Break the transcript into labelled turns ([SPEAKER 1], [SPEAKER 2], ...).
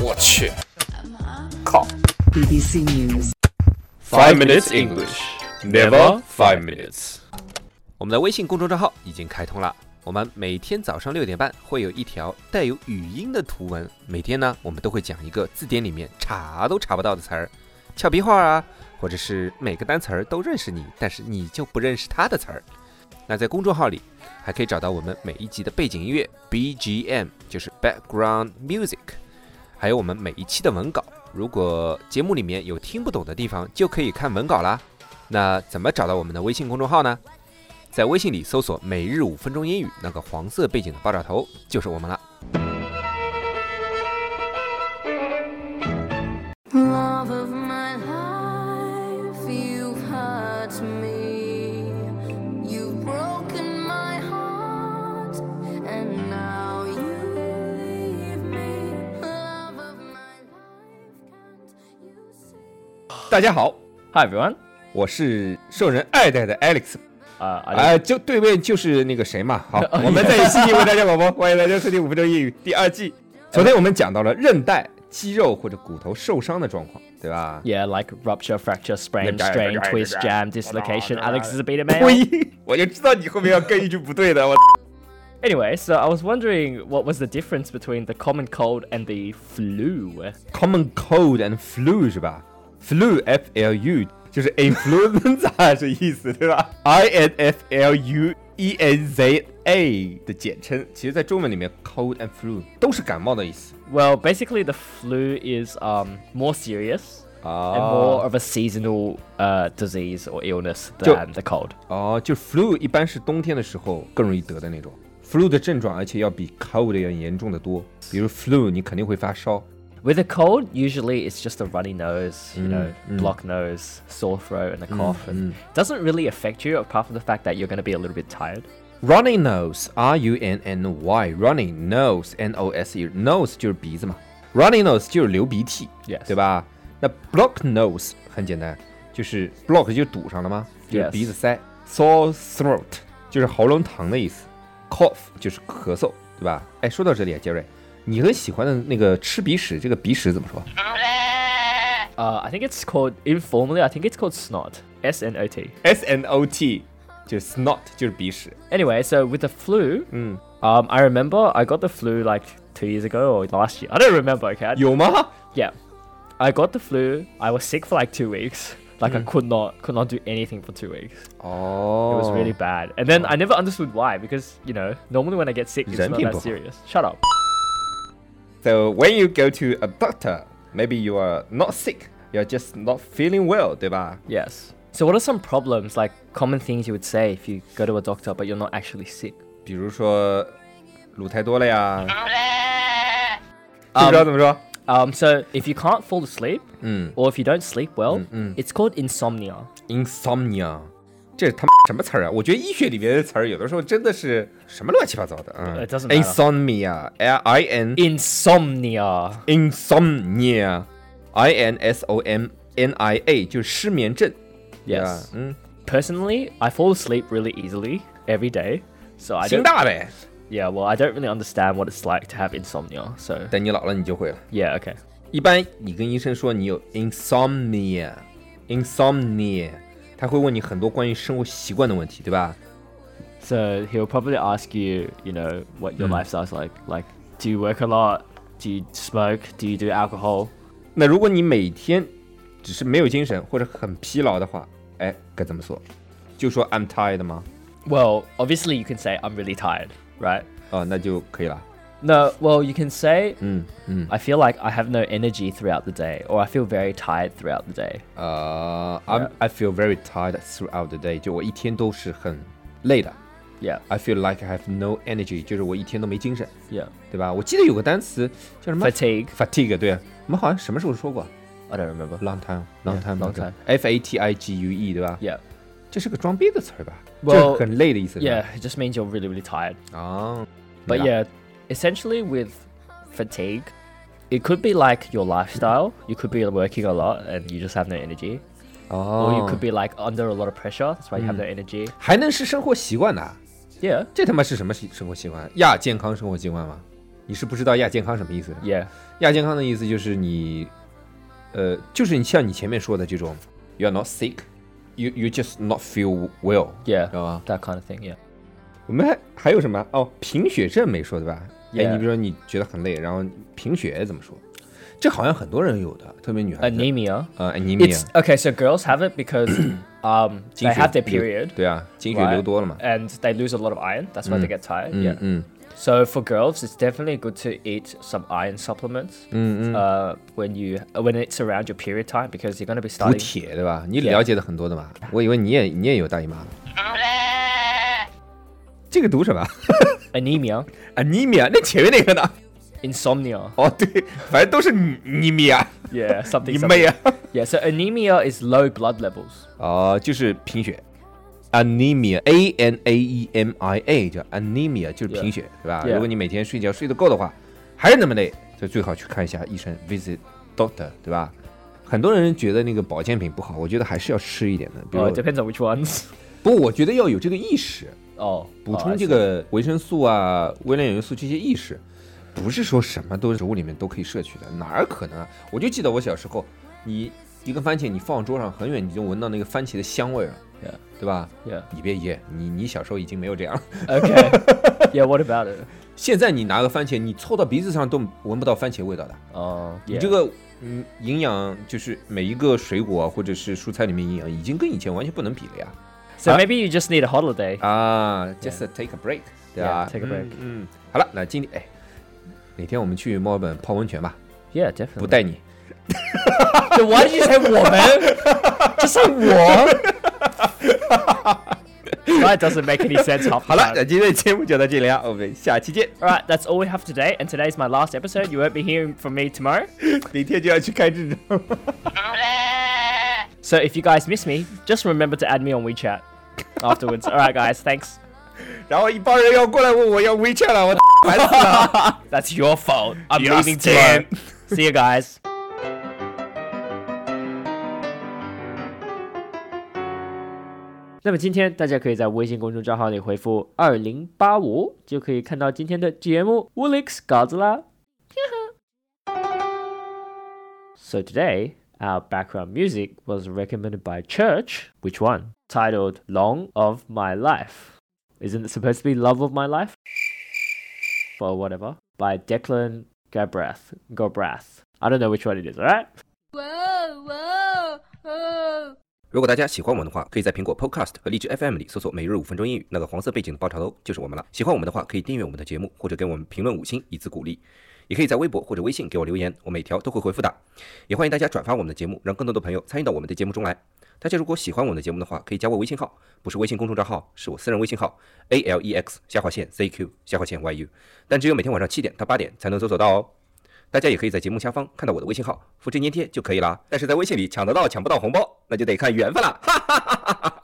[SPEAKER 1] 我去，
[SPEAKER 2] 靠
[SPEAKER 3] BBC News.
[SPEAKER 4] Five minutes English, never five minutes.
[SPEAKER 5] 我们的微信公众账号已经开通了。我们每天早上六点半会有一条带有语音的图文，每天呢，我们都会讲一个字典里面查都查不到的词儿，俏皮话啊，或者是每个单词儿都认识你，但是你就不认识它的词儿。那在公众号里还可以找到我们每一集的背景音乐 BGM，就是 background music，还有我们每一期的文稿。如果节目里面有听不懂的地方，就可以看文稿啦。那怎么找到我们的微信公众号呢？在微信里搜索“每日五分钟英语”，那个黄色背景的爆炸头就是我们了。
[SPEAKER 6] Love of my life, you've hurt me. You've broken my heart, and now you leave me. Love of my life, can't you see?
[SPEAKER 5] 大家好，
[SPEAKER 4] Hi everyone.
[SPEAKER 5] 我是受人爱戴的 Alex，
[SPEAKER 4] Uh, I
[SPEAKER 5] 哎、就对面就是那个谁嘛。 好，我们在悉尼为大家广播， 欢迎大家收听《五分钟英语》第二 季。昨天我们讲到了韧带、肌肉或者骨头受伤的状况，对吧？
[SPEAKER 4] yeah, like rupture, fracture, sprain, strain, twist, jam, dislocation. Alex is a beta
[SPEAKER 5] 呸
[SPEAKER 4] male.！
[SPEAKER 5] 我就知道你后面要跟一句不对的，我
[SPEAKER 4] Anyway, so I was wondering what was the difference between the common cold and the flu.
[SPEAKER 5] common cold and flu 是吧？flu f l u 就是 influenza 是意思对吧？i n f l u e n z a 的简称，其实在中文里面 cold and flu 都是感冒的意思
[SPEAKER 4] Well, basically the flu is um more serious
[SPEAKER 5] 啊
[SPEAKER 4] and more of a seasonal uh, disease or illness
[SPEAKER 5] Jo-
[SPEAKER 4] than the cold.
[SPEAKER 5] 哦，就是 flu 一般是冬天的时候更容易得的那种。flu 的症状，而且要比 cold 要严重的多。比如 flu，你肯定会发烧，
[SPEAKER 4] With a cold, usually it's just a runny nose, you know, blocked nose, sore throat, and a cough. and Doesn't really affect you apart from the fact that you're going to be a little bit tired.
[SPEAKER 5] Runny nose, R U N N Y, runny nose, N O S E, nose 就是鼻子嘛，runny nose 就是流鼻涕
[SPEAKER 4] Yes.
[SPEAKER 5] 对吧？那 block nose 很简单，就是 block 就堵上了吗？就是
[SPEAKER 4] Yes.
[SPEAKER 5] 鼻子塞。Sore throat 就是喉咙疼的意思，cough 就是咳嗽，对吧？哎，说到这里啊，杰瑞，你很喜欢的那个吃鼻屎，这个鼻屎怎么说？
[SPEAKER 4] Uh, I think it's called informally. I think it's called snot. S N O T.
[SPEAKER 5] S N O T 就是 snot 就是鼻屎。
[SPEAKER 4] Anyway, so with the flu, um, I remember I got the flu like two years ago or last year. I don't remember. Okay, I,
[SPEAKER 5] 有吗？
[SPEAKER 4] yeah, I got the flu. I was sick for like two weeks. Like I could not could not do anything for two weeks.
[SPEAKER 5] 哦
[SPEAKER 4] It was really bad. And then I never understood why because you know normally when I get sick it's not that
[SPEAKER 5] 人品不好。
[SPEAKER 4] serious. Shut up.
[SPEAKER 5] So when you go to a doctor, maybe you are not sick, you're just not feeling well，对吧？
[SPEAKER 4] Yes. So what are some problems like common things you would say if you go to a doctor but you're not actually sick?
[SPEAKER 5] 比如说乳太多了呀，不知道怎么说。
[SPEAKER 4] Um, so if you can't fall asleep, or if you don't sleep well, it's called insomnia.
[SPEAKER 5] Insomnia，这他妈什么词儿啊？我觉得医学里面的词儿有的时候真的是什么乱七八糟的啊。
[SPEAKER 4] It doesn't matter.
[SPEAKER 5] Insomnia，L I N
[SPEAKER 4] Insomnia.
[SPEAKER 5] insomnia，I N S O M N I A 就是失眠症。对吧
[SPEAKER 4] Yes.
[SPEAKER 5] 嗯，
[SPEAKER 4] Personally, I fall asleep really easily every day. So I
[SPEAKER 5] 心
[SPEAKER 4] don't.
[SPEAKER 5] 大呗。
[SPEAKER 4] Yeah. Well, I don't really understand what it's like to have insomnia. So
[SPEAKER 5] 等你老了你就会了。
[SPEAKER 4] yeah. Okay.
[SPEAKER 5] 一般你跟医生说你有 insomnia，insomnia，他会问你很多关于生活习惯的问题，对吧？
[SPEAKER 4] So he'll probably ask you, you know, what your lifestyle's like. Like, do you work a lot? Do you smoke? Do you do alcohol?
[SPEAKER 5] 那如果你每天只是没有精神或者很疲劳的话，哎，该怎么说？就说 I'm tired 吗？
[SPEAKER 4] Well, obviously you can say I'm really tired, right?
[SPEAKER 5] 哦，那就可以了。
[SPEAKER 4] No, well, you can say,
[SPEAKER 5] 嗯嗯，
[SPEAKER 4] I feel like I have no energy throughout the day, or I feel very tired throughout the day.
[SPEAKER 5] 呃、i m I feel very tired throughout the day，就我一天都是很累的。
[SPEAKER 4] Yeah,
[SPEAKER 5] I feel like I have no energy，就是我一天都没精神，
[SPEAKER 4] yeah.
[SPEAKER 5] 对吧？我记得有个单词叫什么
[SPEAKER 4] Fatigue.
[SPEAKER 5] fatigue，对，啊我们好像什么时候说过？
[SPEAKER 4] I don't remember.
[SPEAKER 5] long time long time
[SPEAKER 4] long time
[SPEAKER 5] F A T I G U E 对吧？
[SPEAKER 4] Yeah,
[SPEAKER 5] 这是个装逼的词儿吧？哦
[SPEAKER 4] Well，
[SPEAKER 5] 就是很累的意思。是吧
[SPEAKER 4] yeah. It just means you're really, really tired.
[SPEAKER 5] 哦，
[SPEAKER 4] But
[SPEAKER 5] 对
[SPEAKER 4] yeah, essentially with fatigue, it could be like your lifestyle. You could be working a lot and you just have no energy,
[SPEAKER 5] 哦
[SPEAKER 4] or you could be like under a lot of pressure. That's why you have no energy.
[SPEAKER 5] 还能是生活习惯的啊？
[SPEAKER 4] Yeah.
[SPEAKER 5] 这他妈是什么习生活习惯？亚健康生活习惯吗？你是不知道亚健康什么意思的。
[SPEAKER 4] Yeah.
[SPEAKER 5] 亚健康的意思就是你，呃，就是你像你前面说的这种，you are not sick, you you just not feel well，
[SPEAKER 4] Yeah.
[SPEAKER 5] 知道吧？
[SPEAKER 4] That kind of thing. Yeah.
[SPEAKER 5] 我们还还有什么？哦，贫血症没说对吧？哎，
[SPEAKER 4] Yeah
[SPEAKER 5] 你比如说你觉得很累，然后贫血怎么说？这好像很多人有的，特别女孩子。
[SPEAKER 4] Anemia.
[SPEAKER 5] 呃 a n e m i
[SPEAKER 4] It's
[SPEAKER 5] a
[SPEAKER 4] okay. So girls have it because um they have their period.
[SPEAKER 5] 对啊，经血
[SPEAKER 4] right?
[SPEAKER 5] 流多了嘛。
[SPEAKER 4] And they lose a lot of iron. That's why they get tired.
[SPEAKER 5] 嗯
[SPEAKER 4] Yeah.
[SPEAKER 5] 嗯
[SPEAKER 4] So for girls, it's definitely good to eat some iron supplements
[SPEAKER 5] 嗯嗯，
[SPEAKER 4] uh, when you when it's around your period time because you're going to
[SPEAKER 5] 补
[SPEAKER 4] be starting.
[SPEAKER 5] 铁对吧？你
[SPEAKER 4] Yeah
[SPEAKER 5] 了解的很多的嘛。我以为你也你也有大姨妈了。这个读 什么
[SPEAKER 4] Anemia,
[SPEAKER 5] ？anemia？那前面那个呢？
[SPEAKER 4] insomnia.
[SPEAKER 5] 哦，对，反正都是你你米啊，
[SPEAKER 4] Yeah, something.
[SPEAKER 5] 你
[SPEAKER 4] something.
[SPEAKER 5] 妹啊！
[SPEAKER 4] Yeah. So anemia is low blood levels.
[SPEAKER 5] 哦，就是贫血，anemia，a n a e m i a 叫 anemia，就是贫血，对吧？
[SPEAKER 4] Yeah.
[SPEAKER 5] 如果你每天睡觉睡得够的话，还是那么累，就最好去看一下医生，visit doctor，对吧？很多人觉得那个保健品不好，我觉得还是要吃一点的，比如
[SPEAKER 4] Oh, it depends on which ones.
[SPEAKER 5] 不，我觉得要有这个意识，
[SPEAKER 4] Oh,
[SPEAKER 5] 补
[SPEAKER 4] oh, I
[SPEAKER 5] 充这
[SPEAKER 4] see.
[SPEAKER 5] 个维生素啊、微量元素这些意识，不是说什么都食物里面都可以摄取的，哪儿可能啊？我就记得我小时候，你一根番茄你放桌上很远，你就闻到那个番茄的香味儿了
[SPEAKER 4] Yeah.
[SPEAKER 5] 对吧？
[SPEAKER 4] Yeah.
[SPEAKER 5] 你别噎，你你小时候已经没有这样了。
[SPEAKER 4] Okay. yeah. What about it?
[SPEAKER 5] 现在你拿个番茄，你凑到鼻子上都闻不到番茄味道的。
[SPEAKER 4] Oh,
[SPEAKER 5] 你
[SPEAKER 4] yeah.
[SPEAKER 5] 这个嗯，营养就是每一个水果啊或者是蔬菜里面营养已经跟以前完全不能比了呀。
[SPEAKER 4] So
[SPEAKER 5] Uh,
[SPEAKER 4] maybe you just need a holiday.
[SPEAKER 5] 啊，just take a break，对吧
[SPEAKER 4] Yeah，take a break
[SPEAKER 5] 嗯嗯，好了，那今天哎，哪天我们去墨尔本泡温泉吧，
[SPEAKER 4] yeah,
[SPEAKER 5] 不
[SPEAKER 4] definitely.
[SPEAKER 5] 带你。
[SPEAKER 4] Then why did you say woman? Just say what? that doesn't make any sense. Half the
[SPEAKER 5] 好了，
[SPEAKER 4] time.
[SPEAKER 5] 那今天的节目就到这里啊，我们下期见。
[SPEAKER 4] All right, that's all we have today, and today's my last episode. You won't be hearing from me tomorrow.
[SPEAKER 5] 明天就要去看日照。
[SPEAKER 4] So if you guys miss me, just remember to add me on WeChat afterwards. all right, guys, thanks.
[SPEAKER 5] 然后一帮人要过来问我要 WeChat 了，我 烦死了。
[SPEAKER 4] That's your fault. I'm
[SPEAKER 5] You're
[SPEAKER 4] leaving tomorrow. See you guys.那么今天大家可以在微信公众账号里回复二零八五，就可以看到今天的节目 Woolix 稿子啦。So today, our background music was recommended by Church. Which one? Titled "Long of My Life." Isn't it supposed to be "Love of My Life"? or whatever by Declan Gabrath. Gobrath. I don't know which one it is, alright?
[SPEAKER 6] Whoa, whoa, oh. whoa.
[SPEAKER 5] 如果大家喜欢我们的话，可以在苹果 Podcast 和荔枝 FM 里搜索“每日五分钟英语”，那个黄色背景的爆炒头就是我们了。喜欢我们的话，可以订阅我们的节目，或者给我们评论五星以资鼓励。也可以在微博或者微信给我留言，我每条都会回复的。也欢迎大家转发我们的节目，让更多的朋友参与到我们的节目中来。大家如果喜欢我们的节目的话，可以加我微信号，不是微信公众账号，是我私人微信号 a l e x 下划线 z q 下划线 y u，但只有每天晚上七点到八点才能搜索到哦。大家也可以在节目下方看到我的微信号，复制粘贴就可以啦。但是在微信里抢得到抢不到红包，那就得看缘分啦。哈哈哈哈哈哈。